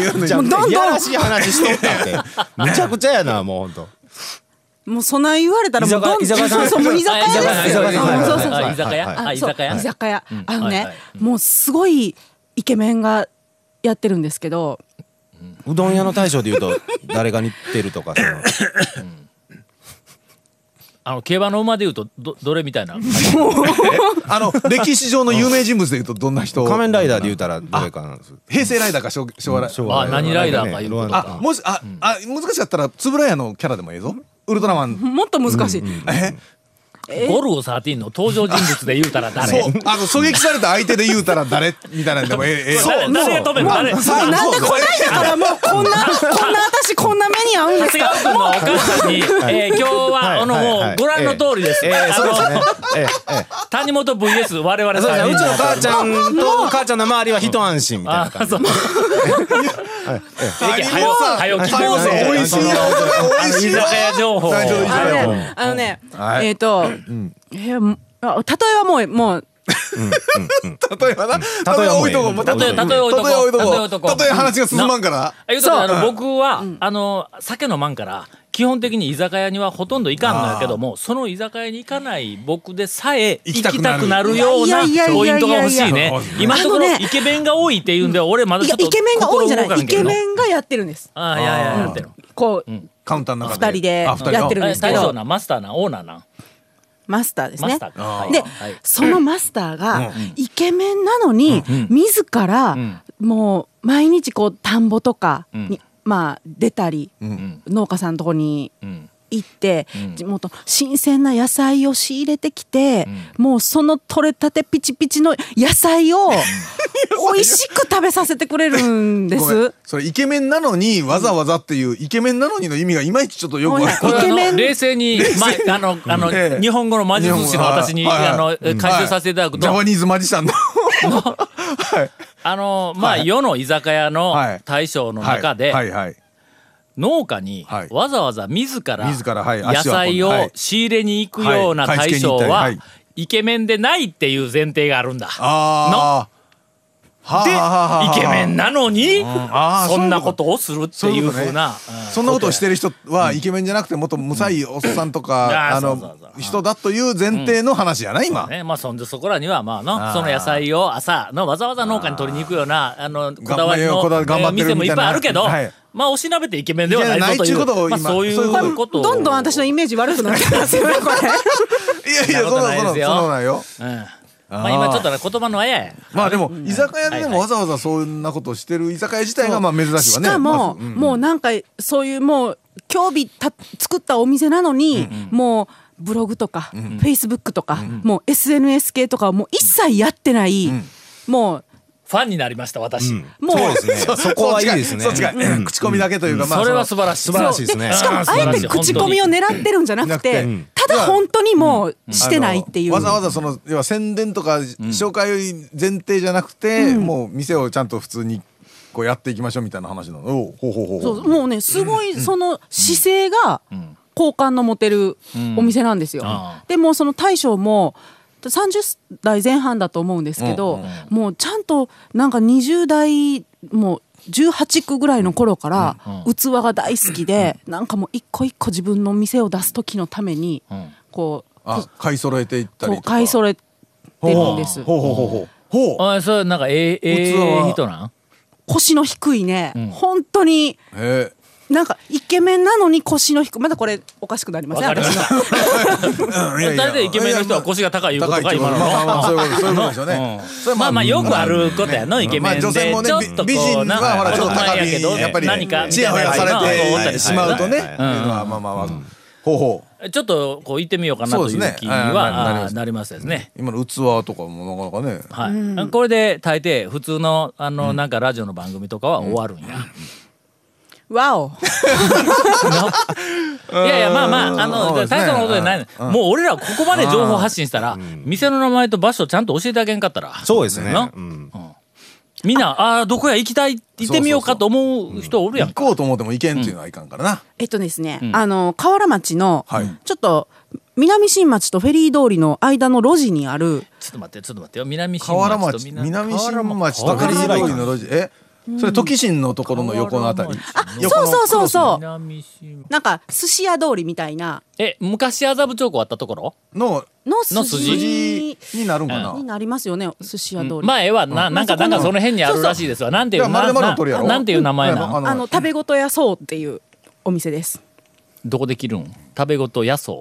Speaker 3: 夜の飲食店
Speaker 4: いやらしい話しとったって。むちゃくちゃやなもう本
Speaker 7: もうそない言われたらもうどん
Speaker 4: 居酒屋居酒屋
Speaker 7: そうそうもう居酒
Speaker 1: あ
Speaker 7: 屋ですよ。
Speaker 3: 居酒屋
Speaker 7: うんそうそうそう。
Speaker 1: あ居酒屋
Speaker 4: はい
Speaker 1: あ
Speaker 7: あ
Speaker 1: 居
Speaker 7: そう
Speaker 1: 酒屋
Speaker 7: 居酒屋
Speaker 1: うん
Speaker 7: あのね、
Speaker 1: はいはい
Speaker 7: もうすごいイケメンがやってるんですけど
Speaker 4: 当。うどん屋の大将で言うと誰が似てるとかその。
Speaker 1: あの競馬の馬で言うとどどれみたいな
Speaker 3: あの歴史上の有名人物でいうとどんな人
Speaker 4: 仮面ライダーで言うたらどれかなんです。
Speaker 3: 平成ライダーか昭昭和ライダー
Speaker 4: 昭和
Speaker 1: あ何ライダーかいうこと
Speaker 3: あもしあ,、あ難しかったら円谷のキャラでもええぞウルトラマン
Speaker 7: もっと難しい、
Speaker 3: え
Speaker 1: ゴルゴ13の登場人物で言うたら誰
Speaker 3: そうあの狙撃された相手で言うたら誰みたいなんでもええええ
Speaker 1: そう誰誰が止める誰長
Speaker 7: もうなんでこないだからもうこんなこんな私こんな目に遭うんです
Speaker 1: 谷川
Speaker 7: か
Speaker 1: 君のお母さんに、えー今日は、
Speaker 4: はい
Speaker 1: あの、も
Speaker 4: は
Speaker 1: う
Speaker 4: い
Speaker 1: ご覧の通りです。
Speaker 4: ええええ
Speaker 1: あ
Speaker 4: そうですね
Speaker 1: の、。
Speaker 4: ええええ
Speaker 1: 谷本 VS 我々
Speaker 4: そうです
Speaker 1: さ
Speaker 4: ね、
Speaker 1: ん
Speaker 4: うちの母ちゃんと母ちゃんの周りは一安心みたいな
Speaker 1: あ、
Speaker 4: 感じ。
Speaker 1: そう。
Speaker 3: 谷
Speaker 1: はよ
Speaker 3: 本さん
Speaker 1: はよ聞こう
Speaker 3: 谷本さん
Speaker 1: ぜ
Speaker 3: 美味しいよ美味し
Speaker 1: 居
Speaker 3: いよ
Speaker 1: 酒屋情報。
Speaker 3: 大丈夫居
Speaker 7: あ
Speaker 3: 酒
Speaker 7: の
Speaker 3: 屋
Speaker 7: ねあのね、
Speaker 3: はい
Speaker 7: えっ、と、えーもうあ例えはもうもう
Speaker 3: 例えばな例えば置いとこう
Speaker 1: 例え、例え置いとこ
Speaker 3: 例え置い
Speaker 1: う。
Speaker 3: と
Speaker 1: 例え
Speaker 3: こう例え話が進まん
Speaker 1: か
Speaker 3: から
Speaker 1: ら。いうことで、あ
Speaker 7: そう
Speaker 1: の、僕は、あの、酒のまんから、基本的に居酒屋にはほとんど行かんのやけども、その居酒屋に行かない僕でさえ行き
Speaker 3: 行きたくな
Speaker 1: た
Speaker 3: る
Speaker 1: くなるようない
Speaker 7: やいやいやいやいや
Speaker 1: ポイントが欲しいね
Speaker 3: そう。
Speaker 1: 今のところ
Speaker 7: あのね
Speaker 1: イケメンが多いって言うんで、俺まだ
Speaker 7: い
Speaker 1: ちょ
Speaker 7: や
Speaker 1: っと
Speaker 7: イケメンが多いじゃ
Speaker 1: 心動か
Speaker 7: ない
Speaker 1: ん
Speaker 7: イ
Speaker 1: け
Speaker 7: ケ
Speaker 1: ど
Speaker 7: メンがやってるんです
Speaker 1: ああ、いやいや、やってる。
Speaker 7: こう、
Speaker 3: カウンターの中で
Speaker 7: 二人で
Speaker 3: あ二人
Speaker 7: やってるんですけど
Speaker 1: あ大将なマスターなオーナーな
Speaker 7: マスターです
Speaker 1: マ
Speaker 7: ね
Speaker 1: スターかはい
Speaker 7: で、
Speaker 1: はい
Speaker 7: そのマスターがイケメンなのに、自らもう毎日こう田んぼとかに、まあ出たり、農家さんのとこに
Speaker 1: ん
Speaker 7: 行って、地元新鮮な野菜を仕入れてきて、もうその取れたてピチピチの野菜を 美味しく食べさせてくれるんで
Speaker 3: ごめん
Speaker 7: す。
Speaker 3: それイケメンなのにわざわざっていうイケメンなのにの意味がいまいちちょっとよくわか
Speaker 1: こ
Speaker 3: ん
Speaker 1: れ
Speaker 7: イ
Speaker 1: あ
Speaker 7: ケ
Speaker 1: の
Speaker 7: メン
Speaker 1: 冷静に、ま、あの、あの、
Speaker 3: ええ
Speaker 1: 日本語の魔術師の私に、
Speaker 3: 日本語はい
Speaker 1: あの
Speaker 3: はい、はい
Speaker 1: 解説させていただく
Speaker 3: ジ
Speaker 1: と、
Speaker 3: ャパニーズマジシャンの
Speaker 1: あの、まあ、
Speaker 3: はい
Speaker 1: 世の居酒屋の
Speaker 3: はい
Speaker 1: 大将の中で、
Speaker 3: はいはいはい
Speaker 1: 農家に
Speaker 3: はい
Speaker 1: わざわざ自ら
Speaker 3: 自らはい
Speaker 1: 野菜
Speaker 3: 足を運んでは
Speaker 1: を
Speaker 3: い
Speaker 1: 仕入れに行くような
Speaker 3: はい買い
Speaker 1: 大
Speaker 3: 付けに
Speaker 1: 将
Speaker 3: 行ったりは、
Speaker 1: はいイケメンでないっていう前提があるんだ。
Speaker 3: ああはあはあはあはあ
Speaker 1: イケメンなのに、
Speaker 3: あー
Speaker 1: そんなことをするっていうふうな。
Speaker 3: そんなことをしてる人はイケメンじゃなくてもっとむさいおっさんとか、
Speaker 1: うん
Speaker 3: あ
Speaker 1: そうそうそう
Speaker 3: の
Speaker 1: そう
Speaker 3: 人だという前提の話じゃない今、
Speaker 1: ね、まあそんでそこらにはまあのその野菜を朝のわざわざ農家に取りに行くようなあのこだわりの
Speaker 3: 頑張れよこだわり頑張って
Speaker 1: え
Speaker 3: る
Speaker 1: ー店もいっぱいあるけど、
Speaker 3: はい
Speaker 1: まあおしなべてイケメンではないぞとい
Speaker 3: いうやないっちゅうことを
Speaker 1: まあ、
Speaker 3: 今
Speaker 1: そうい
Speaker 3: そういう
Speaker 1: うことを
Speaker 7: どんどん私のイメージ悪くなってますよねこれ
Speaker 3: いやいや
Speaker 1: そんなこと
Speaker 3: そんな
Speaker 1: ない
Speaker 3: そんな
Speaker 1: ですよ
Speaker 3: そんなないよ
Speaker 1: うんまあ今ちょっとね言葉のあやや
Speaker 3: まあでも居酒屋でで
Speaker 1: はい
Speaker 3: も
Speaker 1: は
Speaker 3: わざわざそんなことをしてる居酒屋自体がまあ珍しいわね
Speaker 7: しか
Speaker 3: ま
Speaker 7: も、
Speaker 3: ずうん
Speaker 7: もうなんかそういうもう興味た作ったお店なのに、もうブログとか、フェイスブックとか、もう SNS 系とかはもう一切やってない、も
Speaker 1: ファンになりました私、
Speaker 7: うもう
Speaker 4: そうですね。そこはいいですね。
Speaker 3: そっちが、口コミだけというか、まあ、
Speaker 1: それは素晴らしい
Speaker 4: 素晴らしいですね。
Speaker 7: しかも
Speaker 1: うん
Speaker 7: あえて口コミを狙ってるんじゃなくて
Speaker 3: う
Speaker 7: ただ本当にもうしてないっていう
Speaker 3: あのわざわざその要は宣伝とか紹介前提じゃなくて、もう店をちゃんと普通にこうやっていきましょうみたいな話なのおうほうほうほう
Speaker 7: そうもうねすごいその姿勢が好感の持てるお店なんですよ。
Speaker 1: あ
Speaker 7: でもうその大将も30代前半だと思うんですけど、もうちゃんとなんか20代もう18区ぐらいの頃から器が大好きで、なんかもう一個一個自分の店を出す時のために
Speaker 1: ん
Speaker 7: こう,、
Speaker 3: あ買い揃えていったり
Speaker 7: こう
Speaker 3: とか
Speaker 7: 買い揃えてるんです。
Speaker 3: ほうほうほうほうほう
Speaker 1: あそれなんかえええ
Speaker 3: 器は
Speaker 1: え人なん
Speaker 7: 腰の低いね、本当に
Speaker 3: へえ
Speaker 7: なんかイケメンなのに腰の低いまだこれおかしくなりま
Speaker 1: わ
Speaker 7: せ
Speaker 1: か
Speaker 7: ん
Speaker 1: りました
Speaker 3: うんいやいや
Speaker 1: 誰でイケメンの人は腰が高いいうこと
Speaker 3: 高
Speaker 1: か
Speaker 3: い
Speaker 1: 今の
Speaker 3: まあまあまあそういうことそういうことですよね、それは
Speaker 1: まあまあよくあることやの、
Speaker 3: うん
Speaker 1: イケメンで、
Speaker 3: まあ女性もね
Speaker 1: ちょっとこう
Speaker 3: 美美人
Speaker 1: な
Speaker 3: はほらちょっと高
Speaker 1: 男前やけど
Speaker 3: みやっぱり
Speaker 1: 何か
Speaker 3: ちやほやさ
Speaker 1: 思った
Speaker 3: れ
Speaker 1: り
Speaker 3: て
Speaker 1: す
Speaker 3: し
Speaker 1: る
Speaker 3: まうとね、っていう
Speaker 1: うん
Speaker 3: のはまあまあまあ、ほうほう
Speaker 1: ちょっとこう行ってみようかなとい
Speaker 3: そうで
Speaker 1: う
Speaker 3: すね
Speaker 1: 気に
Speaker 3: はいはいな
Speaker 1: は
Speaker 3: りま
Speaker 1: あ
Speaker 3: す
Speaker 1: なりますですね。
Speaker 3: 今の器とかもなかなかね
Speaker 1: はい、これで大抵普通のあのなんかラジオの番組とかは終わるんや。
Speaker 7: わお
Speaker 1: いやいやまあまああ
Speaker 3: そ
Speaker 1: の
Speaker 3: うですね
Speaker 1: 大したことじゃないの。もう俺らここまで情報発信したら店の名前と場所ちゃんと教えてあげんかったら。
Speaker 4: そうですね。
Speaker 1: な
Speaker 4: うん
Speaker 1: みんなああーどこや行きたい行ってみようかと思う人おるやん
Speaker 3: 行。こうと思っても行けんっていうのはいかんからな、
Speaker 7: えっとですね、あの河原町の、
Speaker 3: はい
Speaker 7: ちょっと南新町とフェリー通りの間の路地にある
Speaker 1: ちょっと待ってちょっと待ってよ南新
Speaker 3: 河原
Speaker 1: 町と
Speaker 3: 町南新町と
Speaker 1: 河
Speaker 3: フェ
Speaker 1: 原
Speaker 3: リ
Speaker 1: 町
Speaker 3: ー通りの路地えそれ時新のところの横のあたり
Speaker 1: あ
Speaker 3: 横の
Speaker 7: そうそうそうそう
Speaker 1: 南新
Speaker 7: なんか寿司屋通りみたいな
Speaker 1: え昔麻布町湖あったところ
Speaker 3: の
Speaker 7: の
Speaker 1: の
Speaker 7: 筋
Speaker 3: 筋になるんかな、
Speaker 7: になりますよね寿司屋通り、
Speaker 1: 前はななんか
Speaker 7: ま
Speaker 1: な
Speaker 7: あそこ
Speaker 1: ん
Speaker 7: の
Speaker 1: かその辺にあるらしいですわなんてい
Speaker 3: いうや丸
Speaker 1: な
Speaker 3: 々の通りや
Speaker 1: な
Speaker 3: ろ
Speaker 1: なんていう名前な
Speaker 3: うんん
Speaker 7: あの食べ事屋そうっていうお店です
Speaker 1: どこで切るん食べごと野草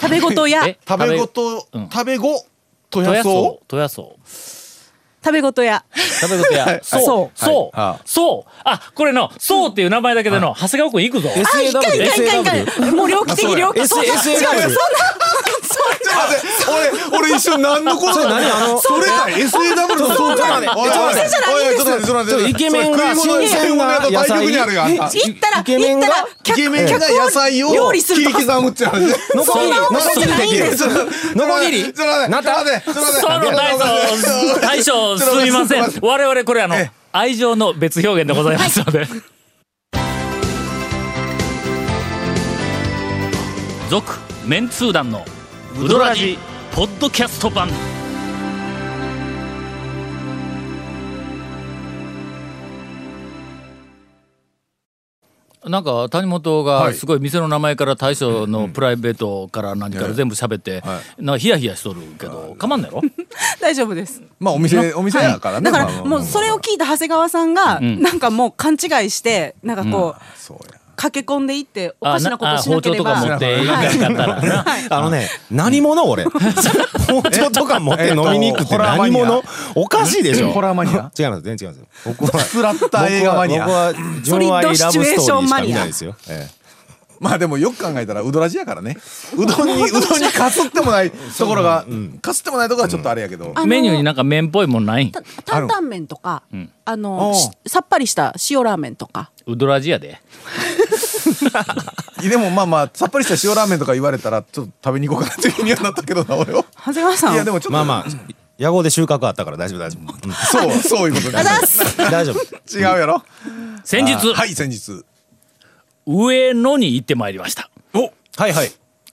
Speaker 7: 食べ事屋
Speaker 1: え
Speaker 3: 食べごと
Speaker 1: うん
Speaker 3: 食べご
Speaker 1: と
Speaker 3: とや
Speaker 1: や
Speaker 3: そ
Speaker 1: そうとやそう
Speaker 7: 食べ事屋
Speaker 1: 食べごとやそうそうそう
Speaker 3: はい
Speaker 1: そうあこれのそうっていう名前だけでの長谷川君行くぞ
Speaker 7: あいかんいかんいかんいかんもう猟奇的猟奇的そんな違うそんな
Speaker 3: うちょっと待って俺俺一緒に何のことだあのそれだ SAW のそうかおいおいおいおいちょっと待ってちょっと待って
Speaker 4: イケメンが
Speaker 3: 食い物
Speaker 4: 新鮮な
Speaker 3: 食い物屋と対局にあるよあんた
Speaker 7: 行ったら
Speaker 4: イケメ
Speaker 7: 行
Speaker 4: ン
Speaker 7: っ
Speaker 4: が
Speaker 7: た
Speaker 3: イ
Speaker 7: ら
Speaker 3: ケメンが野菜を
Speaker 7: 料理す
Speaker 3: 切
Speaker 7: る
Speaker 3: り
Speaker 7: とこ
Speaker 3: 刻むって話
Speaker 4: ノコギリ、ノコギリできる。 ノコギリ
Speaker 3: ちょっと待って
Speaker 4: なた
Speaker 3: ちょっと待ってち
Speaker 1: そ
Speaker 3: ょっと
Speaker 1: の
Speaker 3: 待って
Speaker 1: 大将大将すみません
Speaker 3: ちょっと待って
Speaker 1: 我々これあの
Speaker 3: ええ
Speaker 1: 愛情の別表現でございますので続メンツー団のウドラジポッドキャスト版なんか谷本
Speaker 3: は
Speaker 1: が
Speaker 3: い
Speaker 1: すごい店の名前から大将のプライベートから何から全部喋って
Speaker 3: は
Speaker 1: なんかヒヤヒヤしとるけどかまんねろ
Speaker 7: 大丈夫です
Speaker 3: まあお店お店やからね
Speaker 7: だ
Speaker 3: ま
Speaker 7: か
Speaker 3: あま
Speaker 7: ら
Speaker 3: あ
Speaker 7: もうそれを聞いた長谷川さんが、
Speaker 1: ん
Speaker 7: なんかもう勘違いしてなんかこう、
Speaker 3: そうや
Speaker 7: 駆け込んでいっておかしなことしな
Speaker 1: 包丁
Speaker 7: けれ
Speaker 1: と
Speaker 7: ば
Speaker 1: か持っていかんかったらな
Speaker 4: あのね、何 者俺。包丁とか持って飲みに行くって何者おかしいでしょ。
Speaker 3: ホラーマニア
Speaker 4: 違います、全然違います。僕は。
Speaker 3: スラッター 映画マニア
Speaker 4: 僕は、僕は純愛ラブストーリーしか見ないで すよ。ええ
Speaker 3: まあでもよく考えたらうどらじやからねうどんにうどんにかすってもないところがかすってもないところはちょっとあれやけど
Speaker 7: あの
Speaker 1: メニューになんか麺っぽいもんないん
Speaker 7: た担々麺とかあの
Speaker 3: おう
Speaker 7: しさっぱりした塩ラーメンとか
Speaker 1: ウドラジやで
Speaker 3: でもまあまあさっぱりした塩ラーメンとか言われたらちょっと食べに行こうかなっていう気にはなったけどな俺は
Speaker 7: 長谷川さん
Speaker 3: いやでもちょっと
Speaker 4: まあまあ、野号で収穫あったから大丈夫、大丈夫。
Speaker 3: そうそういうことね
Speaker 4: 大丈夫。
Speaker 3: 違うやろ
Speaker 1: 先日
Speaker 3: あはい先日
Speaker 1: 上野に行ってまいりました
Speaker 3: お
Speaker 4: はいはい。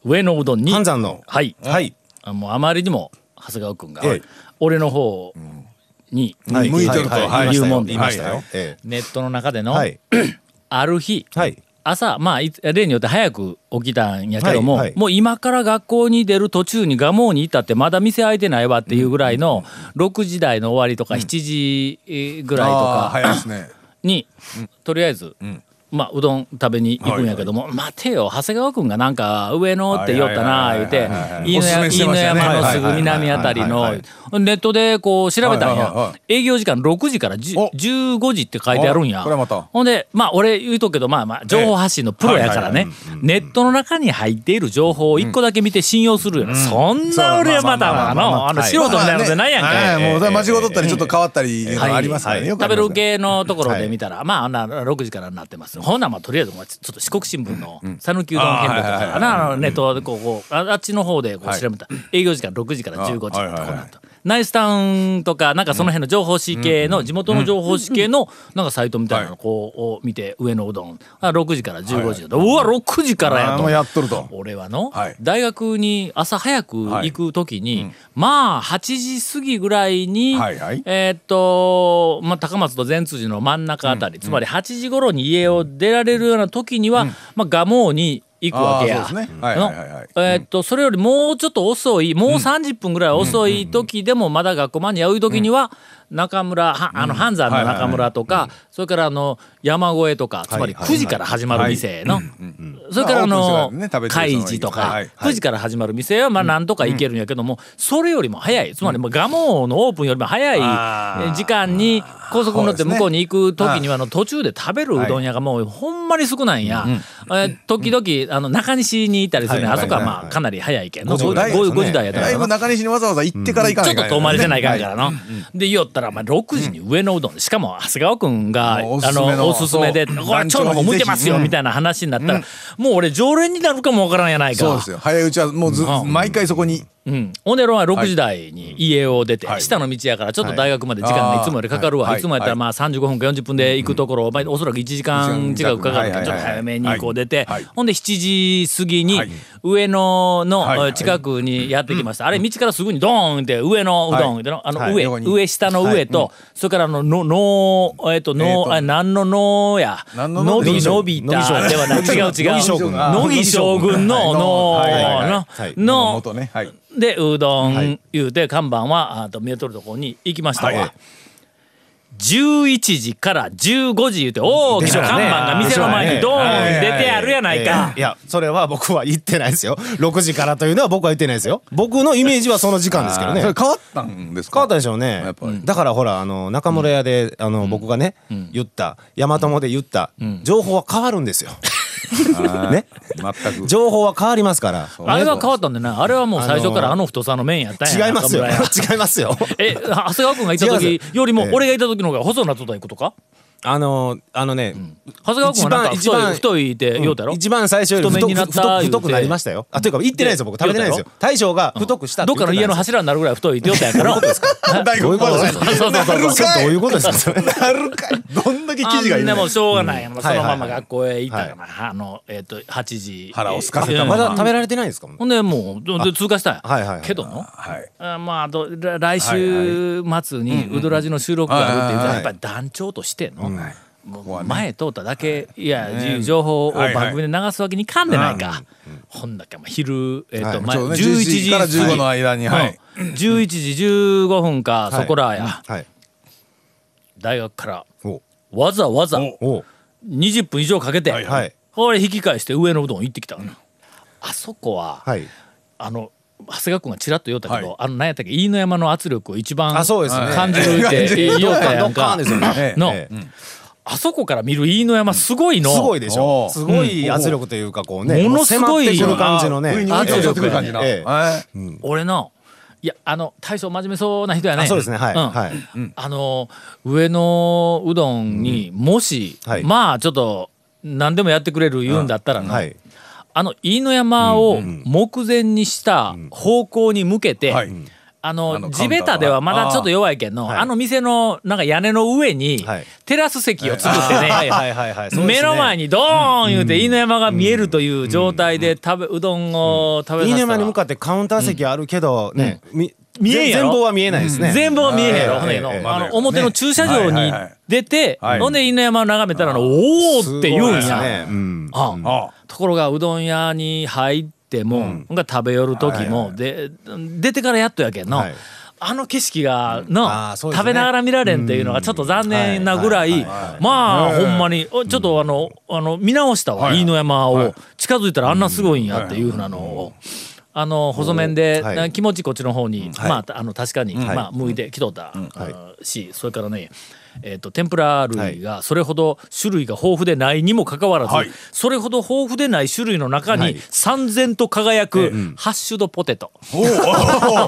Speaker 1: 上野うどんに
Speaker 4: 半山の
Speaker 1: はい
Speaker 4: はい。
Speaker 1: あもうあまりにも長谷川君が
Speaker 4: ええ
Speaker 1: 俺の方をに
Speaker 3: はい向いてると
Speaker 1: はい言うもんで
Speaker 4: いましたよ。え
Speaker 1: ネットの中で
Speaker 4: え
Speaker 1: の、
Speaker 4: はい。
Speaker 1: ある日、
Speaker 4: はい
Speaker 1: 朝まあい例によって早く起きたんやけども、
Speaker 4: はいはい
Speaker 1: もう今から学校に出る途中に蒲生に行ったってまだ店開いてないわっていうぐらいの6時台の終わりとか7時えーぐらいと
Speaker 3: あー
Speaker 1: か
Speaker 3: 早いですね。
Speaker 1: に、とりあえず、まあ、うどん食べに行くんやけども「待てよ長谷川君がなんか上野って言おったな」言うて
Speaker 3: はいはいはいはい
Speaker 1: 飯
Speaker 3: おすす
Speaker 1: 野
Speaker 3: めして
Speaker 1: 飯
Speaker 3: ま
Speaker 1: 野
Speaker 3: したよね
Speaker 1: 山のすぐ南あたり
Speaker 3: はいはい
Speaker 1: の
Speaker 3: はい
Speaker 1: ネットでこう調べたん
Speaker 3: はいはい
Speaker 1: や
Speaker 3: は
Speaker 1: 営業時間6時から10
Speaker 3: お
Speaker 1: 15時って書いてあるんや
Speaker 3: おこれまた
Speaker 1: ほんでまあ俺言うとくけどまあまあ情報発信のプロやからねネットの中に入っている情報を1個だけ見て信用するよなそんな俺はまたあのあの素人みたいなことないやんか。
Speaker 3: はいもう間違取ったりちょっと変わったりいうの
Speaker 1: はい
Speaker 3: がありますからね。よくあ
Speaker 1: 食
Speaker 3: り
Speaker 1: べ
Speaker 3: ます
Speaker 1: る系のところで見たら、まああんな6時からになってますほんならまあとりあえずまあちょっと四国新聞の讃岐うどん検討と
Speaker 3: あーはいはい
Speaker 1: か
Speaker 3: はい
Speaker 1: なあのネットでこうこうああっちの方でこう
Speaker 3: はい
Speaker 1: 調べたら営業時間6時から15時と
Speaker 3: あはいはい
Speaker 1: か
Speaker 3: はい
Speaker 1: こうなったナイスタウンとかなんかその辺の情報誌系の地元の情報誌系のなんかサイトみたいなのこうを見て上のうどんあ6時から15時だとうわ6時からや
Speaker 3: あー
Speaker 1: と
Speaker 3: もうやっとると。
Speaker 1: 俺はの、
Speaker 3: はい
Speaker 1: 大学に朝早く行く時に、まあ8時過ぎぐらいに、
Speaker 3: はいはい
Speaker 1: えーっと、まあ、高松と善通寺の真ん中あたり、つまり8時頃に家を出られるような時には、まあ、蒲生に行くわけや。
Speaker 3: あーそうですねはい
Speaker 1: の
Speaker 3: はいはいはい
Speaker 1: えーっとそれよりもうちょっと遅いもうう30分ぐらい遅い時でもまだ学校間に合う時には中村はあの半山の中村とかそれからあの山越えとかつまり9時から始まる店のそれからあ
Speaker 3: まあオー
Speaker 1: の
Speaker 3: プンしてからね食べてる人がいい
Speaker 1: 開示とか
Speaker 3: はい
Speaker 1: 9時から始まる店はまあなんとか行けるんやけどもそれよりも早いつまりもう蒲生のオープンよりも早いえ時間に高速に乗って向こうに行く時にはあの途中で食べるうどん屋がもうほんまに少ないんやえ時々あの中西に行ったりするねあそこはまあかなり早いけんの
Speaker 3: 五時台ですね
Speaker 1: 5時台やった
Speaker 3: だ
Speaker 1: か
Speaker 3: い
Speaker 1: ら
Speaker 3: ぶ
Speaker 1: な
Speaker 3: 中西にわざわざ行ってから行か
Speaker 1: ち
Speaker 3: な
Speaker 1: ょ
Speaker 3: い
Speaker 1: っと
Speaker 3: かんや
Speaker 1: 遠回りせないかん
Speaker 3: ね
Speaker 1: からな。で、言おったら、まあ、6時に上のうどん、しかも、長谷川くんが、あ
Speaker 3: もうおすすめの
Speaker 1: の、おすすめで、こ
Speaker 3: そう
Speaker 1: れ、蝶の方向いてますよ、
Speaker 3: うん
Speaker 1: みたいな話になったら、もう俺、常連になるかもわからんやないか。
Speaker 3: そうですよ。早いうちはもうず
Speaker 1: うん
Speaker 3: 毎回そこに。
Speaker 1: うん、オネロは6時台に家を出て、
Speaker 3: はい
Speaker 1: 下の道やからちょっと大学まで時間がいつもよりかかるわ、
Speaker 3: はい
Speaker 1: い、つもやったらまあ35分か40分で行くところを、まあ、おそらく1時間近くかかるから
Speaker 3: はいはいはい
Speaker 1: ちょっと早めにこう出て、
Speaker 3: はいはい
Speaker 1: ほんで7時過ぎに
Speaker 3: はい
Speaker 1: 上野
Speaker 3: はいは
Speaker 1: の
Speaker 3: い
Speaker 1: 近くにやってきました、あれ道からすぐにドーンって上野うどんってのあの
Speaker 3: はい
Speaker 1: 上、
Speaker 3: 横に
Speaker 1: 上下の上と、それからあのののえっとの、
Speaker 3: えーと
Speaker 1: あ何ののや
Speaker 3: 何のの
Speaker 1: びのびたではない違う違う
Speaker 3: 乃木将軍
Speaker 1: 乃木将軍のの
Speaker 3: はいはいはい
Speaker 1: の
Speaker 4: はい
Speaker 1: の
Speaker 3: 元ね。はい。
Speaker 1: でうどん言うて看板はあと見えとるところに行きましたわ、
Speaker 3: はい
Speaker 1: 11時から15時言うて大きな看板が店の前にドーン出てあるやないか
Speaker 4: いや、それは僕は言ってないですよ。6時 からというのは僕は言ってないですよ。 僕のイメージはその時間ですけどね。
Speaker 3: それ変わったんです
Speaker 4: 変
Speaker 3: か
Speaker 4: わったでしょうね
Speaker 3: やっぱり。
Speaker 4: だからほら、あの、中村屋で、あの、僕がね、言った、大和もで言った、情報は変わるんですよ。 ね。
Speaker 3: 全く。
Speaker 4: 情報は変わりますから。
Speaker 1: あれは変わったんでねあれはもう最初からあの太さの麺やったんや
Speaker 4: 違いますよ。
Speaker 1: 中村屋
Speaker 4: 違いますよ。
Speaker 1: え長谷川君がいた
Speaker 4: 違
Speaker 1: 時
Speaker 4: います
Speaker 1: よりも俺がいた時の方が細なっとったいうことか
Speaker 4: あの、あのね、
Speaker 1: 長谷川君はなんか
Speaker 4: 一
Speaker 1: 太
Speaker 4: 番
Speaker 1: い太いって言うたろ、
Speaker 4: 一番最初より
Speaker 1: 太
Speaker 4: 太
Speaker 1: め
Speaker 4: く
Speaker 1: になった
Speaker 4: 太
Speaker 1: 言う
Speaker 4: く
Speaker 1: て
Speaker 4: 太くなりましたよ。あ、というか、言ってないですよ、僕。
Speaker 1: で
Speaker 4: 食べてないですよ
Speaker 1: 言う。
Speaker 4: 大将が太くしたって
Speaker 1: ど
Speaker 4: 言
Speaker 1: ってかの
Speaker 4: たんです
Speaker 1: 家
Speaker 4: よ
Speaker 1: の柱になるぐらい太いって言うたんやから
Speaker 3: 大学まで
Speaker 1: そうそうそうそう
Speaker 4: ちょっとどういうことですかそれ
Speaker 3: なるかい。どんだけ記事
Speaker 1: あ
Speaker 3: がい
Speaker 1: ん
Speaker 3: る
Speaker 1: なも
Speaker 3: の
Speaker 1: うしょうがない、もうそのまま
Speaker 4: はいはいはい
Speaker 1: 学校へ行ったから、あのえっ、と8時
Speaker 3: 腹をすかせた
Speaker 1: えー
Speaker 4: まだ食べられてないんですか
Speaker 1: ほんでもうで通過したんや、
Speaker 4: はいはいはい
Speaker 1: けどの
Speaker 3: はい。
Speaker 1: あまあどら来週末にウドラジの収録があるっていう
Speaker 3: うんうん
Speaker 1: と
Speaker 3: はい
Speaker 1: やっぱり団長としての、
Speaker 3: はい
Speaker 1: もう
Speaker 3: こはね
Speaker 1: 前通っただけ、いや、情報を
Speaker 3: はいはい
Speaker 1: 番組で流すわけにいかんでないか、ほんだけ、まあ、昼、えっ、と、
Speaker 3: ち
Speaker 1: 前
Speaker 3: ょうどね
Speaker 1: 11
Speaker 3: 11
Speaker 1: 時
Speaker 3: 時から15の間にはい
Speaker 1: うん11時15分か、そこらや、
Speaker 4: はい。
Speaker 1: 大学から
Speaker 4: お
Speaker 1: わざわざ
Speaker 4: お
Speaker 1: 20分以上かけて、
Speaker 3: はい
Speaker 4: はい。
Speaker 1: これ引き返して上のうどん行ってきたの、あそこは、
Speaker 4: はい。
Speaker 1: あの長谷川君がちらっと言おったけど、
Speaker 3: はい
Speaker 1: あの何やったっけ飯野山の圧力を一番
Speaker 4: あそうですね
Speaker 1: 感じるっ
Speaker 3: はい
Speaker 1: て言おったやん
Speaker 4: ドッカ
Speaker 1: か
Speaker 4: ンですよね
Speaker 1: の
Speaker 4: ええ
Speaker 1: あそこから見る飯野山すごいの
Speaker 4: すごいでし
Speaker 3: お
Speaker 4: ょ
Speaker 3: う
Speaker 4: すごい圧力というかこうね
Speaker 1: ものすごい
Speaker 4: 迫ってくる感じのね
Speaker 3: 上に向いて上ってくる感じの。
Speaker 4: ええ
Speaker 3: はい
Speaker 1: 俺のいやあの大将真面目そうな人やね
Speaker 4: あそうですねはい
Speaker 1: ん
Speaker 4: はい
Speaker 1: あの上のうどんにもし、
Speaker 4: はい
Speaker 1: まあちょっと何でもやってくれる言うんだったらな、
Speaker 4: はい
Speaker 1: あの飯野山を目前にした方向に向けて、
Speaker 3: はい
Speaker 1: あ
Speaker 3: あ
Speaker 1: の
Speaker 3: の
Speaker 1: 地べたではまだちょっと弱いけんのあ
Speaker 4: い
Speaker 1: の店のなんか屋根の上に
Speaker 4: はい
Speaker 1: テラス席を作ってね、
Speaker 4: はいはいはいはいそうで
Speaker 1: 目
Speaker 4: すね
Speaker 1: の前にドーン言うて飯野山が見えるという状態で食べうどんを食べさせたら
Speaker 4: 飯沼に向かってカウンター席あるけどねみ
Speaker 1: 見えんや
Speaker 4: 全
Speaker 1: ろ
Speaker 4: 貌は見えないですね。
Speaker 1: 全部は見えへんやろ、
Speaker 4: はい
Speaker 1: ほんでの、
Speaker 4: はい
Speaker 1: あの表の駐車場
Speaker 3: はい
Speaker 1: に
Speaker 3: はいはい
Speaker 1: 出て、
Speaker 3: はい
Speaker 1: ほんで犬山を眺めたらの「おお!」って言うんや
Speaker 4: すごいですねうん
Speaker 1: ああ
Speaker 3: あ
Speaker 1: ところがうどん屋に入っても、ほんが食べ寄る時も、で出てからやっとやけんの、
Speaker 4: はい
Speaker 1: あの景色がの、
Speaker 4: あーそうです
Speaker 1: 食
Speaker 4: ね
Speaker 1: べながら見られんっていうのがちょっと残念なぐらい、
Speaker 4: はいは
Speaker 1: まあ、ほんまにおちょっとあの,、あの見直したわ、飯野山を、近づいたらあんなすごいんやっていうふうなのを。あの細麺で、
Speaker 4: はい
Speaker 1: な気持ちこっちの方に、まああの確かに、
Speaker 4: はい
Speaker 1: まあ向いてきとった、
Speaker 4: はい
Speaker 1: あーしそれからねえー、と天ぷら類がそれほど種類が豊富でないにもかかわらず、
Speaker 3: はい
Speaker 1: それほど豊富でない種類の中
Speaker 4: は
Speaker 1: に
Speaker 4: い
Speaker 1: 三千と輝くハッシュドポテト。
Speaker 3: おお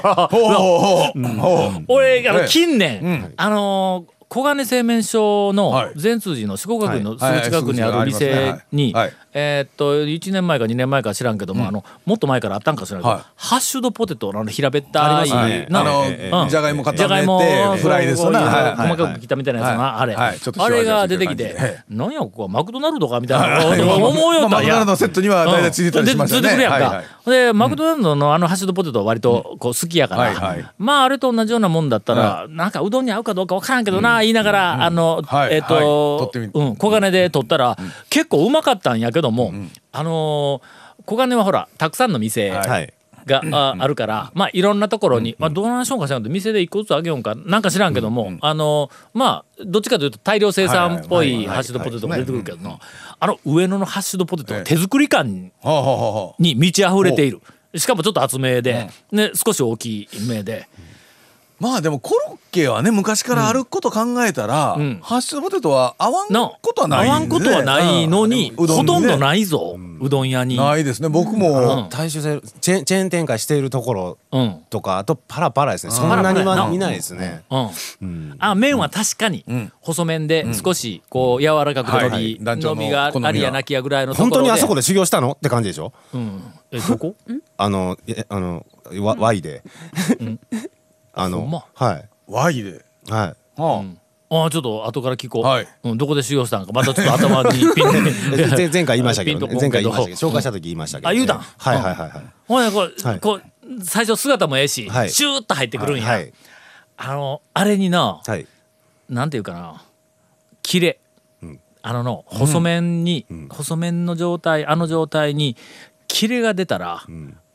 Speaker 3: おおお
Speaker 1: 俺あ
Speaker 3: え
Speaker 1: の
Speaker 3: え
Speaker 1: 近年、あのー小金製麺所
Speaker 3: は
Speaker 1: の
Speaker 3: い
Speaker 1: 善通寺の四国学院のすぐ近くにある
Speaker 3: はいはいすぐ近くにあり
Speaker 1: 店
Speaker 3: ますね
Speaker 1: に
Speaker 3: はいはい
Speaker 1: えーっと1年前か2年前か知らんけども、あのもっと前からあったんか知らんけど、
Speaker 3: はい
Speaker 1: ハッシュドポテトのあの平べった
Speaker 4: あ
Speaker 1: い、
Speaker 4: りますね
Speaker 1: な
Speaker 3: あの、
Speaker 4: え
Speaker 1: え
Speaker 3: じゃがいも
Speaker 1: じゃ
Speaker 3: 固
Speaker 1: がい
Speaker 3: め
Speaker 1: も
Speaker 3: てフライですよな、
Speaker 1: そう
Speaker 3: はい
Speaker 1: 細かく切ったみたいなやつ
Speaker 3: は
Speaker 1: なあれ
Speaker 3: はいちょっと
Speaker 1: あ
Speaker 3: 塩
Speaker 1: れ
Speaker 3: 味
Speaker 1: が
Speaker 3: が
Speaker 1: 出
Speaker 3: つ
Speaker 1: て
Speaker 3: いて
Speaker 1: き
Speaker 3: る感じで
Speaker 1: てなんやここはマクドナルドかみたいな
Speaker 3: まあ
Speaker 1: 思うよったら
Speaker 3: マク
Speaker 1: い
Speaker 3: ドナ
Speaker 1: や
Speaker 3: ルドのセットには大体ついてたりしますよね。
Speaker 1: うんついてくるやん
Speaker 3: はい
Speaker 1: か
Speaker 3: はい。
Speaker 1: で、マクドナルドのあのハッシュドポテトは割とこう好きやか
Speaker 3: うんはいはい
Speaker 1: ら、まああれと同じようなもんだったら、なんかうどんに合うかどうかわからんけどな、言いながら、あの
Speaker 3: は、い
Speaker 1: えっ
Speaker 3: はい
Speaker 1: と、
Speaker 3: 取ってみ
Speaker 1: うん、小金で取ったら、結構うまかったんやけども、あのー、小金はほら、たくさんの店、
Speaker 4: はい。
Speaker 1: がああるから、まあ、いろんなところに、まあ、どうなんしょうかしらんけど店で一個ずつあげようかなんか知らんけども、あのまあどっちかというと大量生産っぽいハッシュドポテトが出てくるけどもあの上野のハッシュドポテトは手作り感
Speaker 3: ほうほうほうほ
Speaker 1: に満ち溢れているしかもちょっと厚めで、ね、少し大きい目で
Speaker 3: うまあでもコロッケはね昔からあること考えたら、
Speaker 1: んうん
Speaker 3: ハッシュドポテトは合わん
Speaker 1: の
Speaker 3: ことはない
Speaker 1: 合わんことはないのに、
Speaker 3: うんう
Speaker 1: ほ
Speaker 3: んね
Speaker 1: とんどないぞ、うどん屋に。
Speaker 3: ないですね僕も、
Speaker 4: 大衆性チェーンチェーン展開しているところ
Speaker 1: うん
Speaker 4: とかあとパラパラですね。そんなには見ないですね。
Speaker 1: うん、あ麺は確かに細麺で少しこう柔らかく
Speaker 3: はい
Speaker 1: 伸
Speaker 3: はい
Speaker 1: び、
Speaker 3: 団長
Speaker 1: 伸
Speaker 3: の
Speaker 1: びがありやなきやぐらいのところ
Speaker 4: 本
Speaker 1: で
Speaker 4: 当にあそこで修行したのって感じでしょ。
Speaker 1: えどこ
Speaker 4: あのえあのわ Y で。 あ
Speaker 1: ほんま
Speaker 4: のはい
Speaker 3: ワイで、
Speaker 4: はい。
Speaker 3: は
Speaker 1: ああちょっと後から聞こう、
Speaker 3: はい
Speaker 1: うん、どこで修行したんかまたちょっと頭にピ ン
Speaker 4: え前前回言いましたけど、
Speaker 1: ピンと
Speaker 4: ね、
Speaker 1: こん
Speaker 4: 前
Speaker 1: け
Speaker 4: 回
Speaker 1: ど
Speaker 4: 言いましたけど紹介した時言いましたけど、
Speaker 1: あ言うたん
Speaker 4: はいはいはいはい
Speaker 1: ほんでこう、
Speaker 4: はい
Speaker 1: こう最初姿もええし、
Speaker 4: はい
Speaker 1: シューッと入ってくるんや、
Speaker 4: はい
Speaker 1: あのあれにな、
Speaker 4: はい
Speaker 1: なんていうかな切れ、あのの細麺に、細麺の状態あの状態に切れが出たら、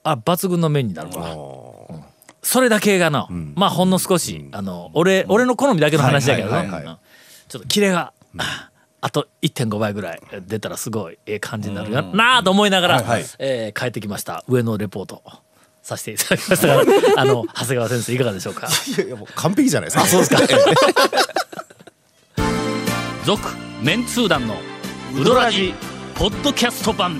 Speaker 1: あ抜群の麺になるから、うんそれだけがな、まあほんの少し、あの俺俺の好みだけの話だけどな、
Speaker 4: はいはいはいはい
Speaker 1: うんちょっと切れが、あと1.5倍ぐらい出たらすごいええ感じになるやろなあと思いながら、えー帰ってきました上のレポートさせていただきましたがあの長谷川先生いかがでしょうか
Speaker 4: いやいやもう完璧じゃないですかあそうですか
Speaker 1: 続メンツー団のウドラジポッドキャスト版